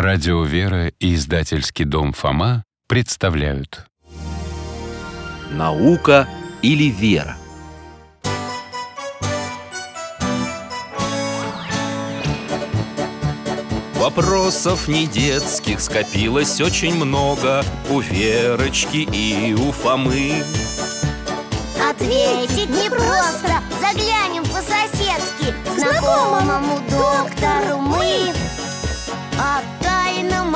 Радио «Вера» и издательский дом «Фома» представляют. Наука или вера? Вопросов не детских скопилось очень много У Верочки и у Фомы Ответить непросто Заглянем по-соседски к Знакомому доктору мы О тайном,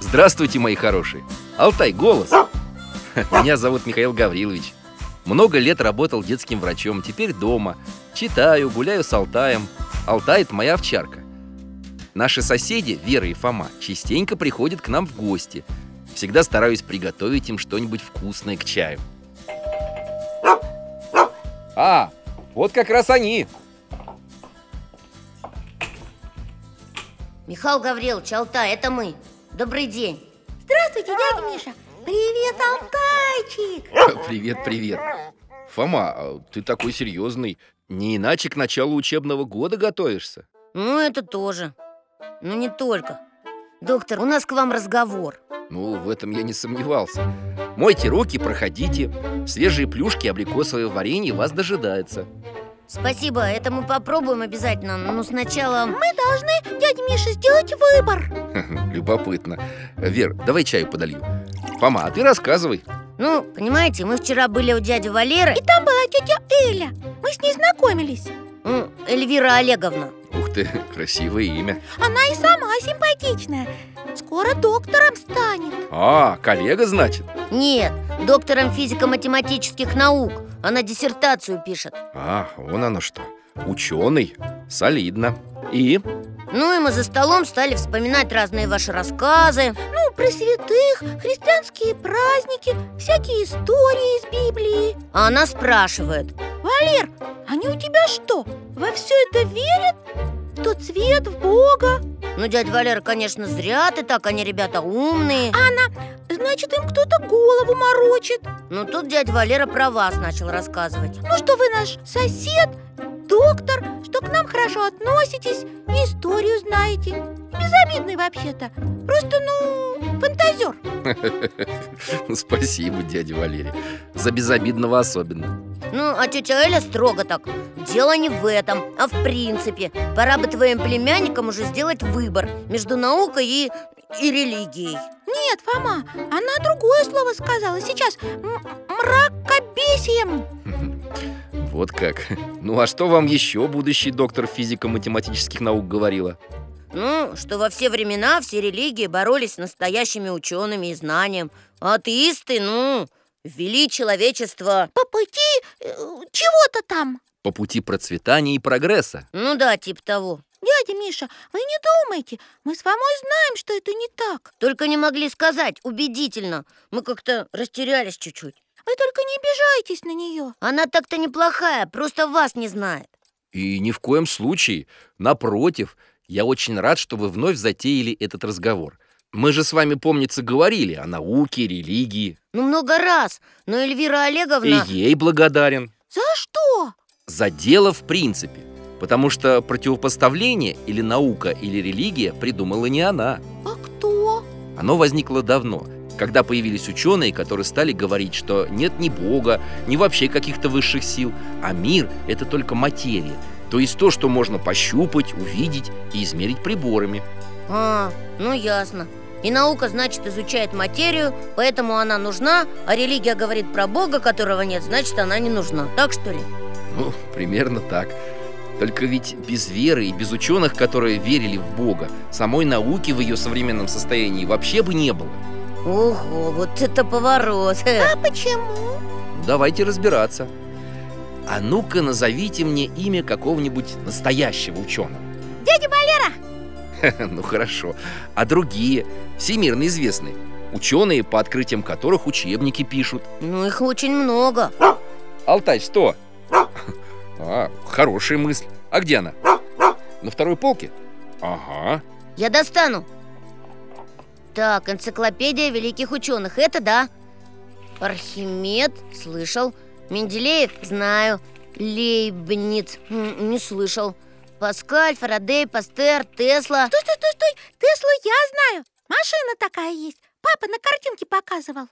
Здравствуйте, мои хорошие! Алтай, голос! Меня зовут Михаил Гаврилович. Много лет работал детским врачом, теперь дома. Читаю, гуляю с Алтаем. Алтай – это моя овчарка. Наши соседи, Вера и Фома, частенько приходят к нам в гости. Всегда стараюсь приготовить им что-нибудь вкусное к чаю. А, вот как раз они. Михаил Гаврилович, Алтай, это мы Добрый день А. Здравствуйте, дядя Миша Привет, Алтайчик Привет, привет. Фома, а ты такой серьезный. Не иначе к началу учебного года готовишься. Ну, это тоже Ну, не только Доктор, у нас к вам разговор Ну, в этом я не сомневался. Мойте руки, проходите. Свежие плюшки, абрикосовое варенье вас дожидается. Спасибо, это мы попробуем обязательно Но сначала... Мы должны, дядя Миша, сделать выбор Любопытно. Вер, давай чаю подолью. Фома, а ты рассказывай. Ну, понимаете, мы вчера были у дяди Валеры И там была тетя Эля Мы с ней знакомились Ну, Эльвира Олеговна Ух ты, красивое имя. Она и сама симпатичная Скоро доктором станет А, коллега, значит? Нет, доктором физико-математических наук Она диссертацию пишет А, вон оно что. Ученый. Солидно. И? Ну и мы за столом стали вспоминать разные ваши рассказы Ну, про святых, христианские праздники Всякие истории из Библии А она спрашивает Валер, они у тебя что, во все это верят? В тот свет, в Бога? Ну, дядя Валера, конечно, зря ты так, они ребята умные Значит, им кто-то голову морочит Но Ну, тут дядя Валера про вас начал рассказывать Ну что вы наш сосед, доктор, что к нам хорошо относитесь и историю знаете. Безобидный вообще-то. Просто, ну, фантазер. Ну, Спасибо, дядя Валерий. За безобидного особенно. Ну, а тетя Эля строго так Дело не в этом, а в принципе Пора бы твоим племянникам уже сделать выбор Между наукой и, и религией Нет, Фома, она другое слово сказала сейчас. М- Мракобесием. Вот как. Ну а что вам еще будущий доктор физико-математических наук говорила? Ну, что во все времена все религии боролись с настоящими учеными и знанием А атеисты, ну, ввели человечество По пути э, чего-то там. по пути процветания и прогресса. Ну да, типа того Дядя Миша, вы не думайте, мы с Фомой знаем, что это не так. Только не могли сказать убедительно Мы как-то растерялись чуть-чуть Вы только не обижайтесь на нее. Она так-то неплохая, просто вас не знает И ни в коем случае, напротив, я очень рад, что вы вновь затеяли этот разговор. Мы же с вами, помнится, говорили о науке, религии. Ну, много раз, но Эльвира И Олеговна... ей благодарен. За что? За дело в принципе. Потому что противопоставление или наука, или религия придумала не она. А кто? Оно возникло давно, когда появились ученые, которые стали говорить, что нет ни Бога, ни вообще каких-то высших сил, а мир – это только материя, то есть то, что можно пощупать, увидеть и измерить приборами. А, ну ясно И наука, значит, изучает материю, поэтому она нужна А религия говорит про Бога, которого нет, значит, она не нужна Так что ли? Ну, примерно так. Только ведь без веры и без ученых, которые верили в Бога, самой науки в ее современном состоянии вообще бы не было. Ого, вот это поворот А почему? Ну, Давайте разбираться. А ну-ка назовите мне имя какого-нибудь настоящего ученого. Дядя Валера! Ну хорошо. А другие, всемирно известные, ученые, по открытиям которых учебники пишут. Ну, их очень много Алтай, что? А, хорошая мысль. А где она? На второй полке? Ага. Я достану Так, энциклопедия великих ученых, это да Архимед, слышал Менделеев, знаю Лейбниц, м, не слышал Паскаль, Фарадей, Пастер, Тесла Стой, стой, стой, стой! Теслу я знаю! Машина такая есть. Папа на картинке показывал.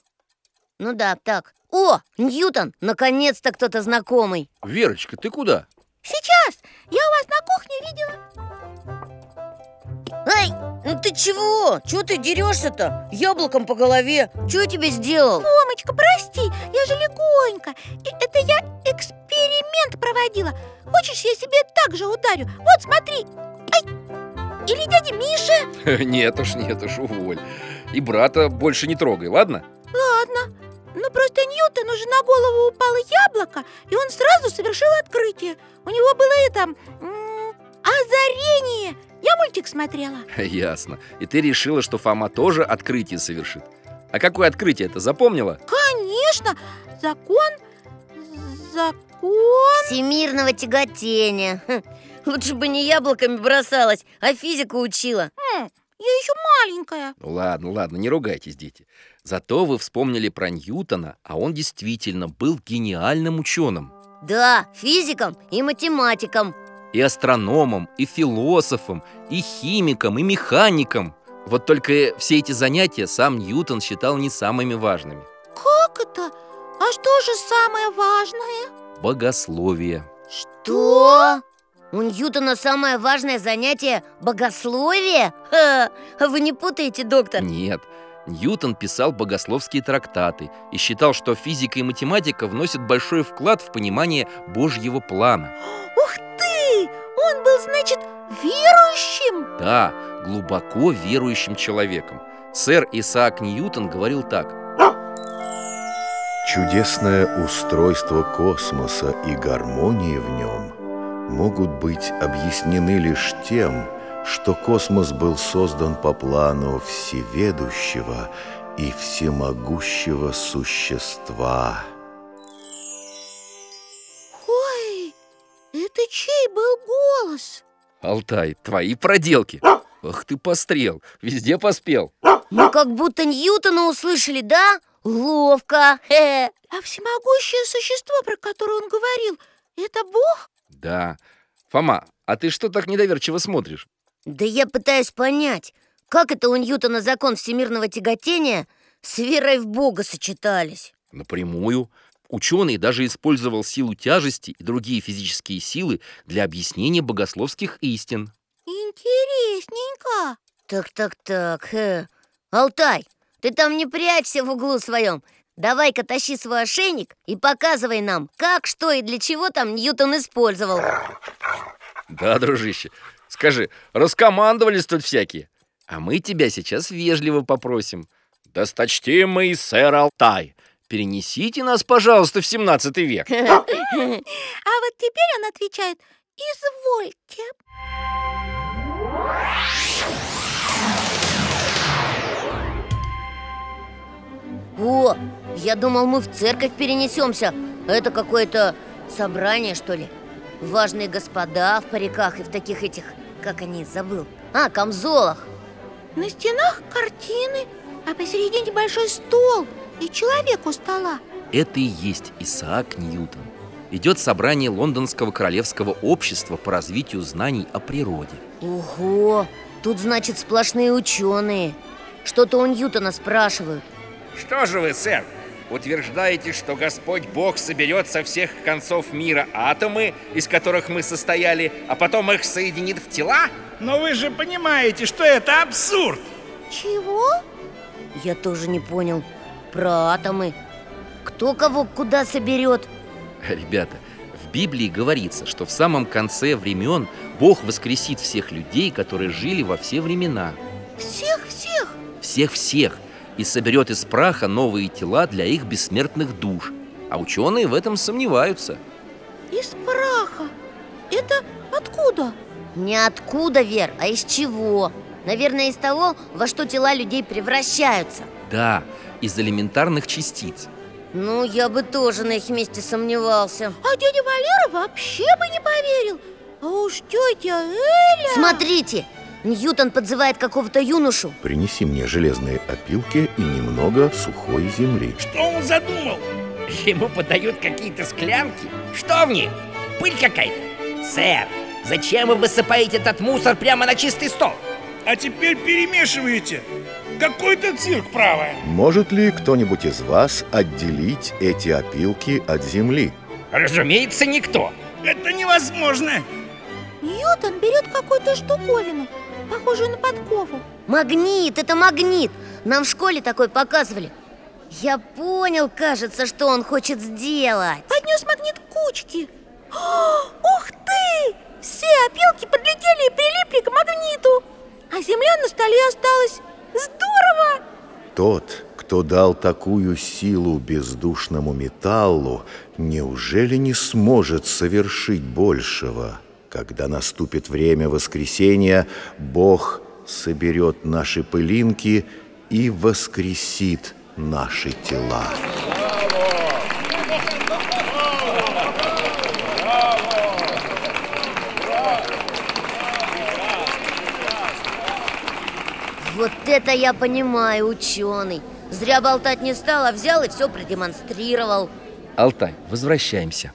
Ну да, так О, Ньютон, наконец-то кто-то знакомый Верочка, ты куда? Сейчас! Я у вас на кухне видела. Эй, ну ты чего? Чего ты дерешься-то? Яблоком по голове Чего я тебе сделал? Мамочка, прости, я же легонько. И это я эксперимент проводила. Хочешь, я себе так же ударю? Вот, смотри. Ай! Или дядя Миша. Нет уж, нет уж, уволь. И брата больше не трогай, ладно? Ладно. Ну, просто Ньютону же на голову упало яблоко, и он сразу совершил открытие. У него было это... м, озарение. Я мультик смотрела. Ясно. И ты решила, что Фома тоже открытие совершит. А какое открытие это запомнила? Конечно, закон... Закон... Всемирного тяготения Хм, Лучше бы не яблоками бросалась, а физику учила М, Я еще маленькая. Ну ладно, ладно, не ругайтесь, дети. Зато вы вспомнили про Ньютона, а он действительно был гениальным ученым. Да, физиком и математиком И астрономом, и философом, и химиком, и механиком. Вот только все эти занятия сам Ньютон считал не самыми важными. Как это? А что же самое важное? Богословие. Что? У Ньютона самое важное занятие – богословие? Ха, а вы не путаете, доктор? Нет. Ньютон писал богословские трактаты и считал, что физика и математика вносят большой вклад в понимание Божьего плана. Ух ты! Он был, значит, верующим? Да, глубоко верующим человеком. Сэр Исаак Ньютон говорил так. Чудесное устройство космоса и гармонии в нем могут быть объяснены лишь тем, что космос был создан по плану всеведущего и всемогущего существа. Ой, это чей был голос? Алтай, твои проделки. Ах ты пострел, везде поспел. Ну, как будто Ньютона услышали, да? Ловко Хе. А всемогущее существо, про которое он говорил, это Бог? Да. Фома, а ты что так недоверчиво смотришь? Да я пытаюсь понять, как это у Ньютона закон всемирного тяготения с верой в Бога сочетались? Напрямую. Ученый даже использовал силу тяжести и другие физические силы для объяснения богословских истин. Интересненько. Так, так, так. э. Алтай, ты там не прячься в углу своем. Давай-ка тащи свой ошейник и показывай нам, как, что и для чего там Ньютон использовал. Да, дружище. Скажи, раскомандовались тут всякие. А мы тебя сейчас вежливо попросим. Досточтимый сэр Алтай, перенесите нас, пожалуйста, в 17 век. А вот теперь он отвечает, извольте. О, я думал, мы в церковь перенесемся. Это какое-то собрание, что ли? Важные господа в париках и в таких этих, как они, забыл. А, камзолах. На стенах картины, а посередине большой стол и человек у стола. Это и есть Исаак Ньютон. Идет собрание Лондонского королевского общества по развитию знаний о природе. Ого, тут, значит, сплошные ученые. Что-то у Ньютона спрашивают. Что же вы, сэр, утверждаете, что Господь Бог соберет со всех концов мира атомы, из которых мы состояли, а потом их соединит в тела? Но вы же понимаете, что это абсурд! Чего? Я тоже не понял. Про атомы. Кто кого куда соберет? Ребята, в Библии говорится, что в самом конце времен Бог воскресит всех людей, которые жили во все времена. Всех-всех? всех-всех и соберет из праха новые тела для их бессмертных душ. А ученые в этом сомневаются. Из праха. Это откуда? Не откуда, Вер, а из чего? Наверное, из того, во что тела людей превращаются. Да, из элементарных частиц. Ну, я бы тоже на их месте сомневался. А дядя Валера вообще бы не поверил А уж тетя Эля Смотрите, Ньютон подзывает какого-то юношу. Принеси мне железные опилки и немного сухой земли. Что он задумал? Ему подают какие-то склянки. Что в них? Пыль какая-то. Сэр, зачем вы высыпаете этот мусор прямо на чистый стол? А теперь перемешиваете. Какой-то цирк, право. Может ли кто-нибудь из вас отделить эти опилки от земли? Разумеется, никто. Это невозможно. Ньютон берет какую-то штуковину Похожую на подкову Магнит, это магнит. Нам в школе такой показывали. Я понял, кажется, что он хочет сделать. Поднес магнит к кучке О, Ух ты! Все опилки подлетели и прилипли к магниту А земля на столе осталась Здорово! Тот, кто дал такую силу бездушному металлу, неужели не сможет совершить большего? Когда наступит время воскресения, Бог соберет наши пылинки и воскресит наши тела. Вот это я понимаю, ученый. Зря болтать не стал, а взял и все продемонстрировал. Алтай, возвращаемся.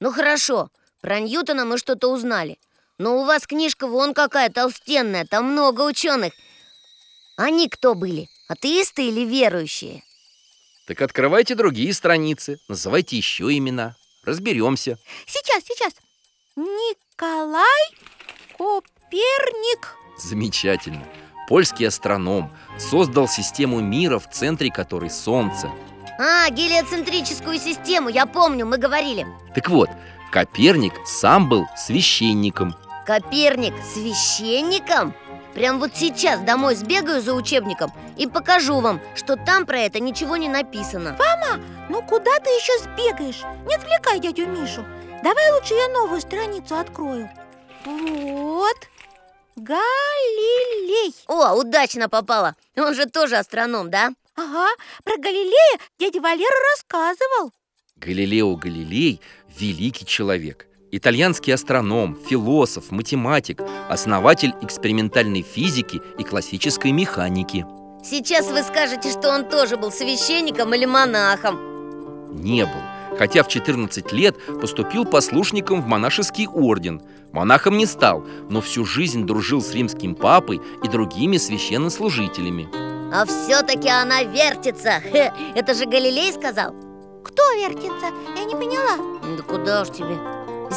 Ну хорошо, про Ньютона мы что-то узнали. Но у вас книжка вон какая толстенная, там много ученых. Они кто были? Атеисты или верующие? Так открывайте другие страницы, называйте еще имена. Разберемся. Сейчас, сейчас Николай Коперник Замечательно. Польский астроном создал систему мира, в центре которой Солнце. А, гелиоцентрическую систему, я помню, мы говорили. Так вот, Коперник сам был священником. Коперник священником? Прям вот сейчас домой сбегаю за учебником и покажу вам, что там про это ничего не написано. Ну куда ты еще сбегаешь? Не отвлекай дядю Мишу Давай лучше я новую страницу открою Вот Галилей О, удачно попала. Он же тоже астроном, да? Ага, про Галилея дядя Валера рассказывал Галилео Галилей – великий человек. Итальянский астроном, философ, математик, основатель экспериментальной физики и классической механики. Сейчас вы скажете, что он тоже был священником или монахом. Не был, хотя в 14 лет поступил послушником в монашеский орден. Монахом не стал, но всю жизнь дружил с римским папой и другими священнослужителями. А все-таки она вертится. Хе, это же Галилей сказал. Ну Кто вертится? Я не поняла Да куда ж тебе?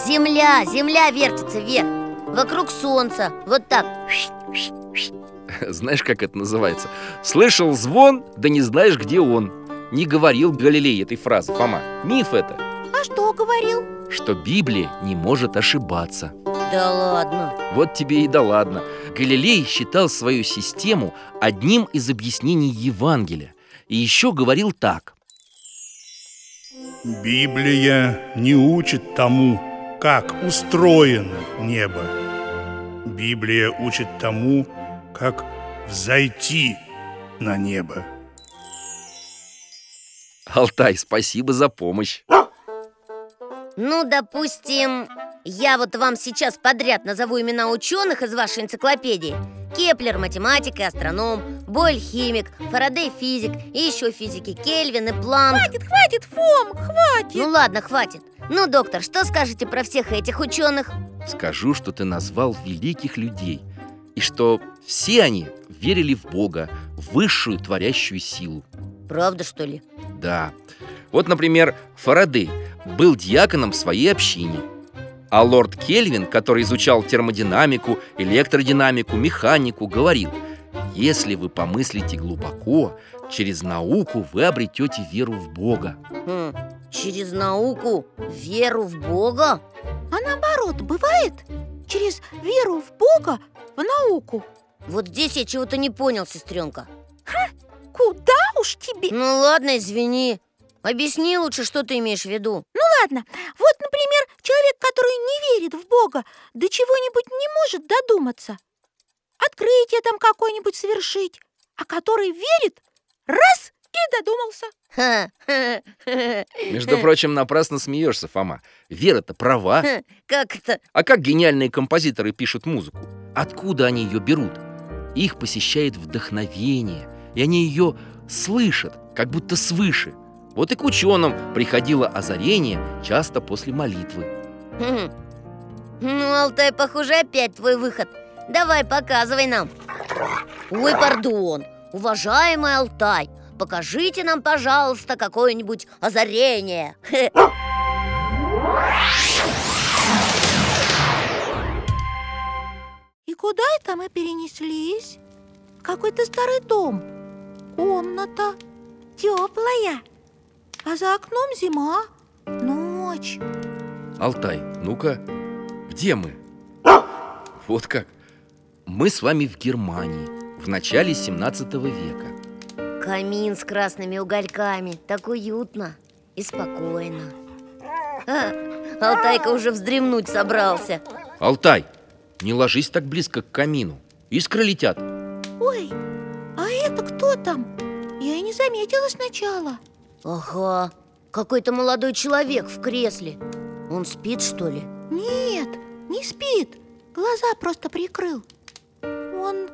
Земля, земля вертится вверх. Вокруг солнца. Вот так. Знаешь, как это называется? Слышал звон, да не знаешь, где он. Не говорил Галилей этой фразы, Фома. Миф это. А что говорил? что Библия не может ошибаться. Да ладно. Вот тебе и да ладно. Галилей считал свою систему одним из объяснений Евангелия. И еще говорил так. Библия не учит тому, как устроено небо. Библия учит тому, как взойти на небо. Алтай, спасибо за помощь. Ну, допустим, я вот вам сейчас подряд назову имена ученых из вашей энциклопедии. Кеплер – математик и астроном, Бойль – химик, Фарадей – физик, и еще физики Кельвин и Планк. Хватит, хватит, Фом, хватит Ну ладно, хватит. Ну, доктор, что скажете про всех этих ученых? Скажу, что ты назвал великих людей. И что все они верили в Бога, в высшую творящую силу. Правда, что ли? Да. Вот, например, Фарадей был диаконом в своей общине. А лорд Кельвин, который изучал термодинамику, электродинамику, механику, говорил, если вы помыслите глубоко, через науку вы обретете веру в Бога. Хм, через науку веру в Бога? А наоборот, бывает через веру в Бога, в науку. Вот здесь я чего-то не понял, сестренка. Куда уж тебе? Ну ладно, извини. Объясни лучше, что ты имеешь в виду. Ну ладно, вот, например, человек, который не верит в Бога, до чего-нибудь не может додуматься. Открытие там какое-нибудь совершить. А который верит, раз и додумался. Между прочим, напрасно смеешься, Фома. Вера-то права. Как это? А как гениальные композиторы пишут музыку? Откуда они ее берут? Их посещает вдохновение, и они ее слышат, как будто свыше. Вот и к ученым приходило озарение часто после молитвы. Хм. Ну, Алтай, похоже, опять твой выход. Давай, показывай нам. Ой, пардон. Уважаемый Алтай, покажите нам, пожалуйста, какое-нибудь озарение. Хе. И куда это мы перенеслись? В Какой-то старый дом. Комната теплая. А за окном зима, ночь. Алтай, ну-ка, где мы? Вот как. Мы с вами в Германии в начале 17 века. Камин с красными угольками. Так уютно и спокойно. А, Алтайка уже вздремнуть собрался. Алтай, не ложись так близко к камину. Искры летят. Ой, а это кто там? Я и не заметила сначала. Ага, какой-то молодой человек в кресле. Он спит, что ли? Нет, не спит. Глаза просто прикрыл. Он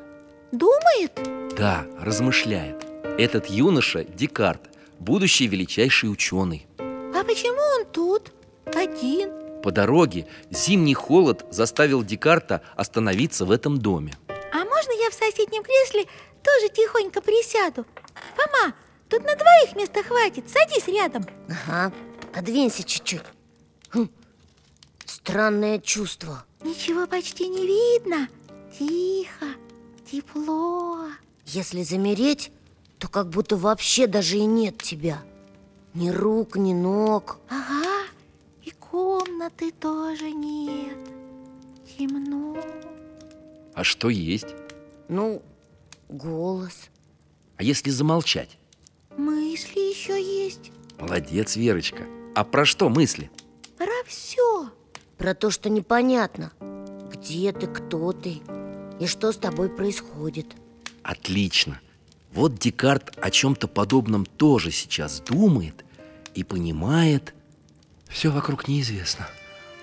думает? Да, размышляет. Этот юноша Декарт, будущий величайший ученый. А почему он тут? Один. По дороге зимний холод заставил Декарта остановиться в этом доме. А можно я в соседнем кресле тоже тихонько присяду? Фома, тут на двоих места хватит. Садись рядом. Ага, подвинься чуть-чуть. Хм, Странное чувство. Ничего почти не видно. Тихо, тепло. Если замереть, то как будто вообще даже и нет тебя. Ни рук, ни ног. Ага, и комнаты тоже нет. Темно. А что есть? Ну, голос. А если замолчать? Мысли еще есть. Молодец, Верочка. А про что мысли? Про все. Про то, что непонятно. Где ты, кто ты и что с тобой происходит. Отлично. Вот Декарт о чем-то подобном тоже сейчас думает и понимает. Все вокруг неизвестно,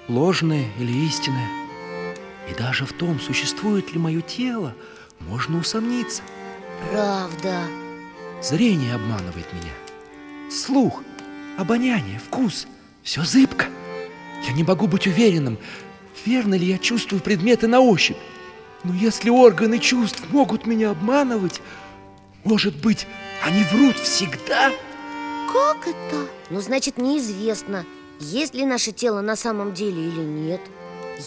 ложное или истинное. И даже в том, существует ли мое тело, можно усомниться. Правда. Зрение обманывает меня. Слух, обоняние, вкус – все зыбко. Я не могу быть уверенным, верно ли я чувствую предметы на ощупь. Но если органы чувств могут меня обманывать, может быть, они врут всегда? Как это? Ну, значит, неизвестно, есть ли наше тело на самом деле или нет.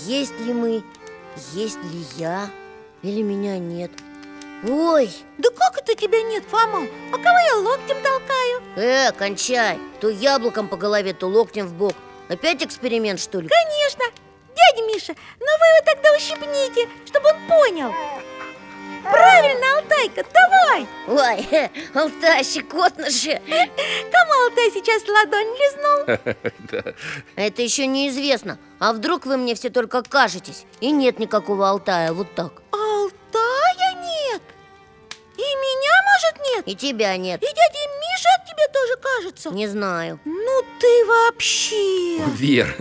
Есть ли мы, есть ли я, или меня нет. Ой, Да как это тебя нет, Фома? А кого я локтем толкаю? э, кончай, то яблоком по голове, то локтем в бок. Опять эксперимент, что ли? Конечно. Дядя Миша, ну вы его тогда ущипните, чтобы он понял. Правильно, Алтайка, давай! Ой, Алтай, щекотно же Кому Алтай сейчас ладонь лизнул? Это еще неизвестно А вдруг вы мне все только кажетесь И нет никакого Алтая, вот так Алтая нет! И меня, может, нет? И тебя нет И дядя Миша тебе тоже кажется? Не знаю Ну ты вообще! Вера,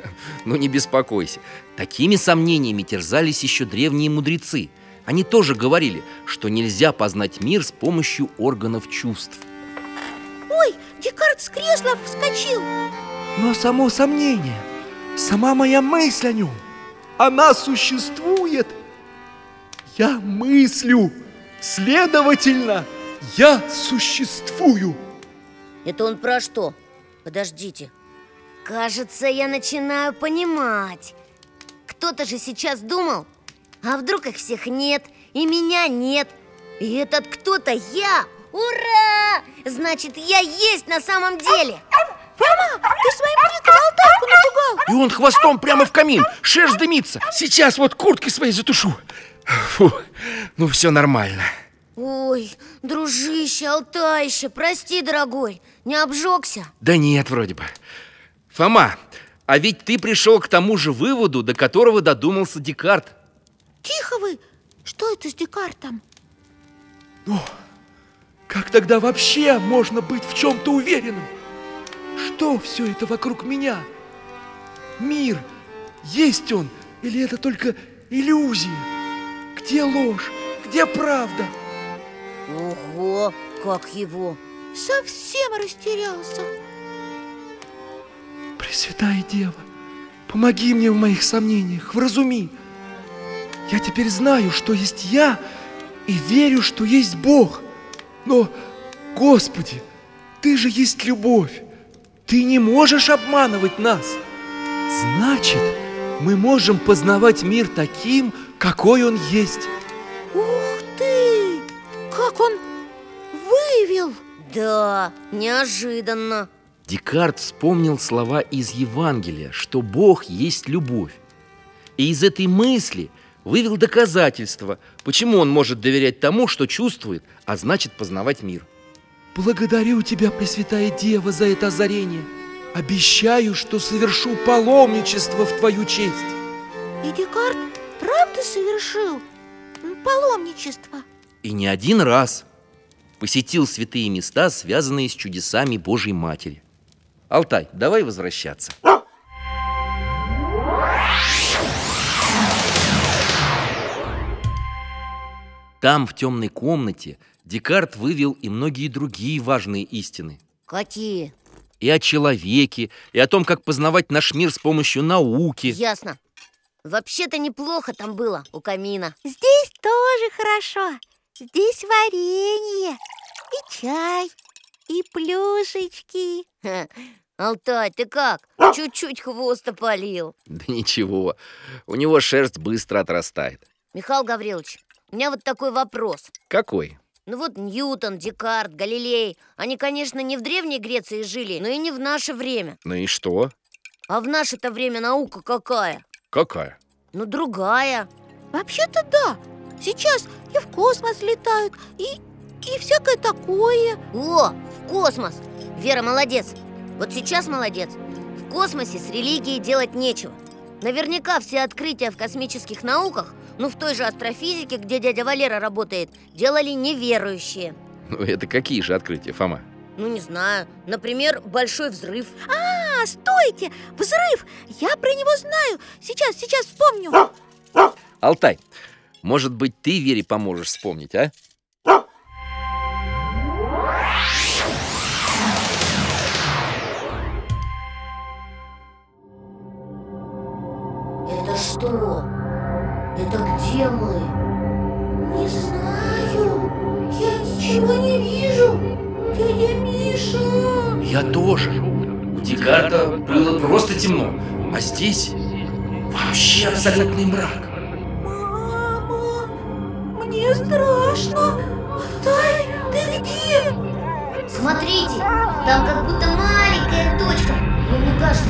ну не беспокойся. Такими сомнениями терзались еще древние мудрецы. Они тоже говорили, что нельзя познать мир с помощью органов чувств. Ой, Декарт с кресла вскочил! Но само сомнение, сама моя мысль о нем, она существует. Я мыслю, следовательно, я существую. Это он про что? Подождите Кажется, я начинаю понимать Кто-то же сейчас думал А вдруг их всех нет И меня нет И этот кто-то я Ура! Значит, я есть на самом деле Фома, ты своим криком Алтайку напугал! И он хвостом прямо в камин, шерсть дымится. Сейчас вот куртки свои затушу. Фу, ну все нормально. Ой, дружище, Алтаище, прости, дорогой, не обжегся? Да нет, вроде бы. Фома, а ведь ты пришел к тому же выводу, до которого додумался Декарт. Тихо вы! Что это с Декартом? Как тогда вообще можно быть в чем-то уверенным? Что все это вокруг меня? Мир, есть он или это только иллюзия? Где ложь? Где правда? Ого, как его Совсем растерялся. Пресвятая Дева, помоги мне в моих сомнениях, вразуми. Я теперь знаю, что есть я, и верю, что есть Бог. Но, Господи, Ты же есть любовь. Ты не можешь обманывать нас. Значит, мы можем познавать мир таким, какой он есть. Ух ты! Как он выявил! Да, неожиданно Декарт вспомнил слова из Евангелия, что Бог есть любовь. И из этой мысли вывел доказательство, почему он может доверять тому, что чувствует, а значит познавать мир. Благодарю тебя, Пресвятая Дева, за это озарение. Обещаю, что совершу паломничество в твою честь. И Декарт правда совершил м, паломничество? И не один раз посетил святые места, связанные с чудесами Божьей Матери. Алтай, давай возвращаться. Там, в темной комнате, Декарт вывел и многие другие важные истины. Какие? И о человеке, и о том, как познавать наш мир с помощью науки. Ясно Вообще-то неплохо там было у камина Здесь тоже хорошо. Здесь варенье и чай, и плюшечки. Ха, Алтай, ты как? Чуть-чуть хвоста полил Да ничего, у него шерсть быстро отрастает. Михаил Гаврилович, у меня вот такой вопрос Какой? Ну вот Ньютон, Декарт, Галилей Они, конечно, не в Древней Греции жили, но и не в наше время Ну и что? А в наше-то время наука какая? Какая? Ну другая Вообще-то да. Сейчас и в космос летают, и, и всякое такое. О, в космос! Вера молодец! Вот сейчас молодец! В космосе с религией делать нечего. Наверняка все открытия в космических науках, ну в той же астрофизике, где дядя Валера работает, делали неверующие. Ну это какие же открытия, Фома? Ну не знаю, например, большой взрыв. А, стойте! Взрыв! Я про него знаю. Сейчас, сейчас вспомню. Алтай, может быть, ты Вере поможешь вспомнить, а? Это что? Это где мы? Не знаю. Я ничего не вижу. Дядя Миша! Я тоже. У Декарта было просто темно, а здесь вообще абсолютный мрак. Мама, мне страшно. Тай, ты где? Смотрите, там как будто маленькая точка. Ну, мне кажется.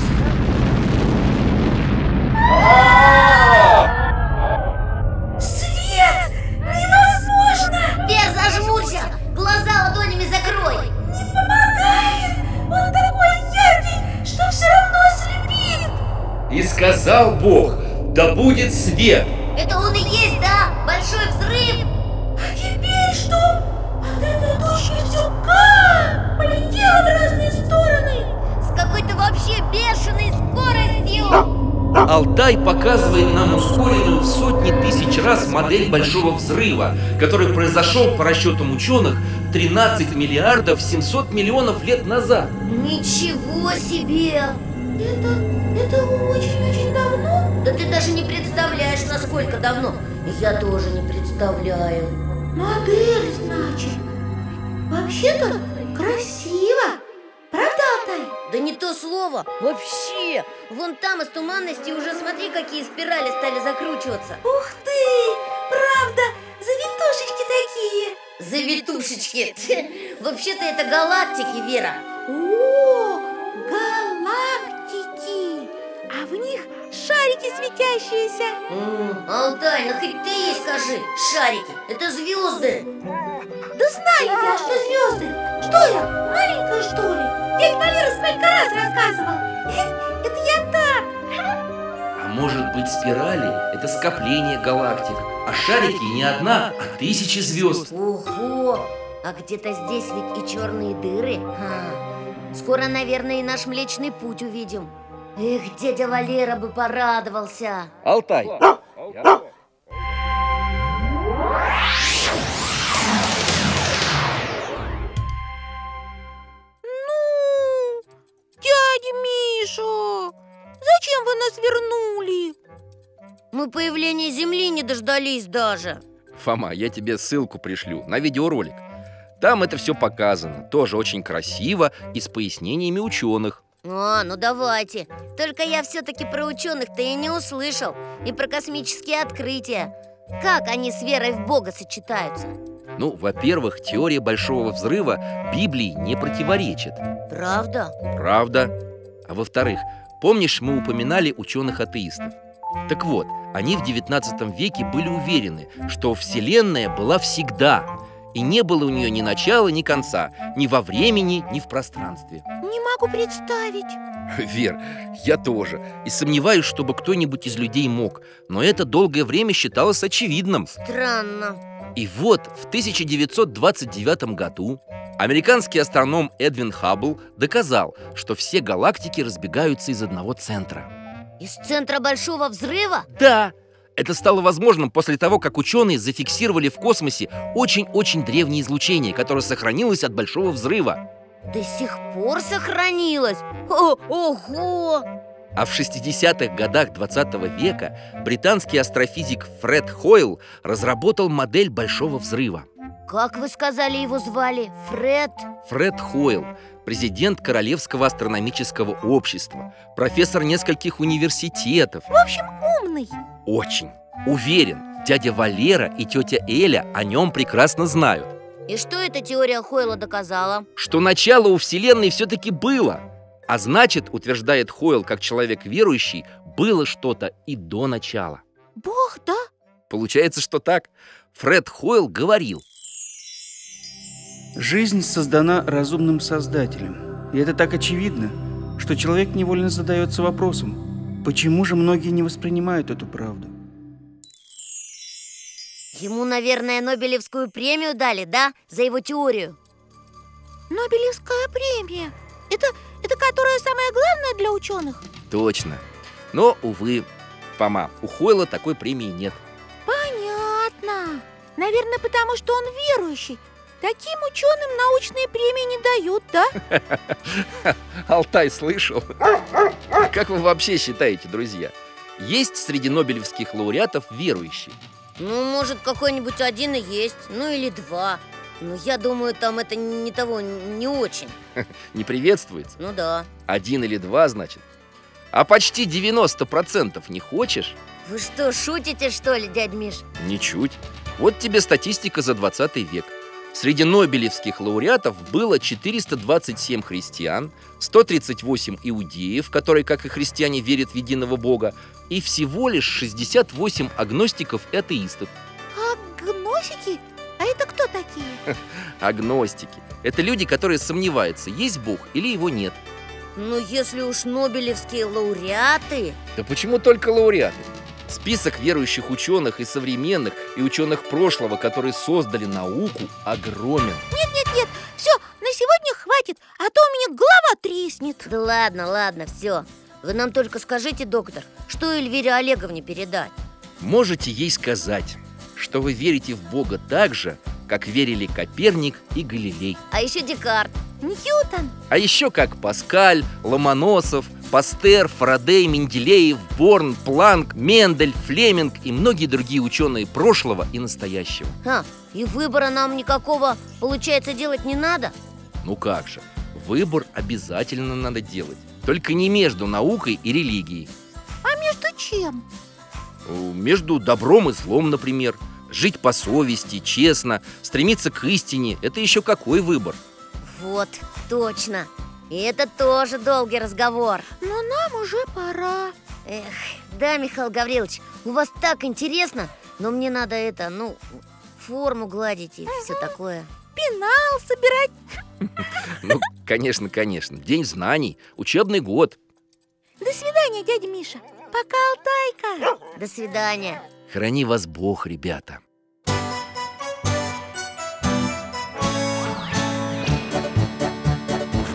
Свет! Невозможно! Вер, зажмурься! Глаза ладонями закрой! Не помогает! Он такой яркий, что все равно ослепит! И сказал Бог, да будет свет. Это он и есть, да? Большой взрыв! А теперь что? От этой души все как? Полетело в разные стороны! С какой-то вообще бешеной скоростью! Алтай показывает нам ускоренную в сотни тысяч раз модель Большого Взрыва, который произошел по расчетам ученых 13 миллиардов 700 миллионов лет назад. Ничего себе! Это... это очень-очень давно? Да ты даже не представляешь, насколько давно. Я тоже не представляю. Модель, значит. Вообще-то красиво. Правда, Алтай? Да не то слово. Вообще. Вон там из туманности уже смотри, какие спирали стали закручиваться. Ух ты! Правда! Завитушечки такие! Завитушечки. Ть, Вообще-то это галактики, Вера. О, галактики! А в них шарики светящиеся! М, Алтай, ну хоть ты ей скажи. Шарики. Это звезды. Да знаю я, что звезды. Что я, маленькая, что ли? Дядь Валера сколько раз рассказывал. Это я так. А может быть спирали – это скопление галактик, а шарики не одна, а тысячи звезд. Ого! А где-то здесь ведь и черные дыры. Ха. Скоро, наверное, и наш Млечный Путь увидим. Эх, дядя Валера бы порадовался. Алтай. Ну, дядя Миша, зачем вы нас вернули? Мы появления Земли не дождались даже. Фома, я тебе ссылку пришлю на видеоролик. Там это все показано, тоже очень красиво и с пояснениями ученых. А, ну давайте. Только я все-таки про ученых-то и не услышал. И про космические открытия. Как они с верой в Бога сочетаются? Ну, во-первых, теория Большого Взрыва Библии не противоречит. Правда? Правда. А во-вторых, помнишь, мы упоминали ученых-атеистов? Так вот, они в 19 веке были уверены, что Вселенная была всегда, и не было у нее ни начала, ни конца, ни во времени, ни в пространстве. Не могу представить. Вер, я тоже. И сомневаюсь, чтобы кто-нибудь из людей мог, но это долгое время считалось очевидным. Странно. И вот в 1929 году американский астроном Эдвин Хаббл доказал, что все галактики разбегаются из одного центра. Из центра Большого Взрыва? Да, это стало возможным после того, как ученые зафиксировали в космосе очень-очень древнее излучение, которое сохранилось от Большого Взрыва. До сих пор сохранилось? О, ого! А в 60-х годах 20 века британский астрофизик Фред Хойл разработал модель Большого Взрыва. Как вы сказали, его звали? Фред? Фред Хойл, президент Королевского астрономического общества, профессор нескольких университетов. В общем, умный. Очень. Уверен, дядя Валера и тетя Эля о нем прекрасно знают. И что эта теория Хойла доказала? Что начало у Вселенной все-таки было. А значит, утверждает Хойл как человек верующий, было что-то и до начала. Бог, да? Получается, что так. Фред Хойл говорил, Жизнь создана разумным создателем. И это так очевидно, что человек невольно задается вопросом, почему же многие не воспринимают эту правду? Ему, наверное, Нобелевскую премию дали, да? За его теорию. Нобелевская премия. Это, это которая самая главная для ученых? точно. Но, увы, Фома, у Хойла такой премии нет. Понятно. Наверное, потому что он верующий. Таким ученым научные премии не дают, да? Алтай слышал? Как вы вообще считаете, друзья? Есть среди нобелевских лауреатов верующие? Ну, может, какой-нибудь один и есть, ну или два. Но я думаю, там это не того, не очень. Не приветствуется? Ну да. Один или два, значит? А почти 90% не хочешь? Вы что, шутите, что ли, дядь Миш? Ничуть. Вот тебе статистика за 20 век. Среди нобелевских лауреатов было 427 христиан, 138 иудеев, которые, как и христиане, верят в единого Бога, и всего лишь 68 агностиков и атеистов. Агносики? А это кто такие? Агностики – это люди, которые сомневаются, есть Бог или его нет. Ну, если уж нобелевские лауреаты... Да почему только лауреаты? Список верующих ученых и современных, и ученых прошлого, которые создали науку, огромен. Нет-нет-нет, все, на сегодня хватит, а то у меня голова треснет. Да ладно, ладно, все. Вы нам только скажите, доктор, что Эльвире Олеговне передать? Можете ей сказать, что вы верите в Бога так же, как верили Коперник и Галилей. А еще Декарт. Ньютон, А еще как Паскаль, Ломоносов, Пастер, Фарадей, Менделеев, Борн, Планк, Мендель, Флеминг и многие другие ученые прошлого и настоящего. Ха, и выбора нам никакого, получается, делать не надо? Ну как же, выбор обязательно надо делать. Только не между наукой и религией. а между чем? Э, Между добром и злом, например. Жить по совести, честно, стремиться к истине – это еще какой выбор? Вот, точно. И это тоже долгий разговор. Но нам уже пора. Эх, да, Михаил Гаврилович, у вас так интересно, но мне надо это, ну, форму гладить и все такое. Номинал собирать. Ну, конечно, конечно. День знаний, учебный год. До свидания, дядя Миша. Пока, Алтайка. До свидания. Храни вас Бог, ребята. В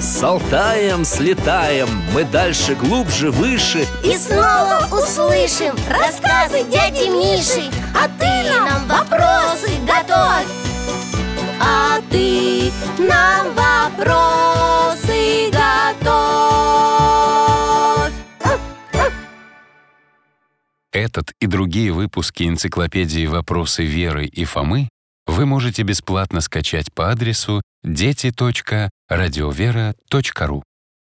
С Алтаем слетаем Мы дальше, глубже, выше И снова услышим рассказы дяди Миши А ты нам вопросы готовь А ты нам вопросы готовь Этот и другие выпуски энциклопедии «Вопросы Веры и Фомы» вы можете бесплатно скачать по адресу дети.радиовера.ру.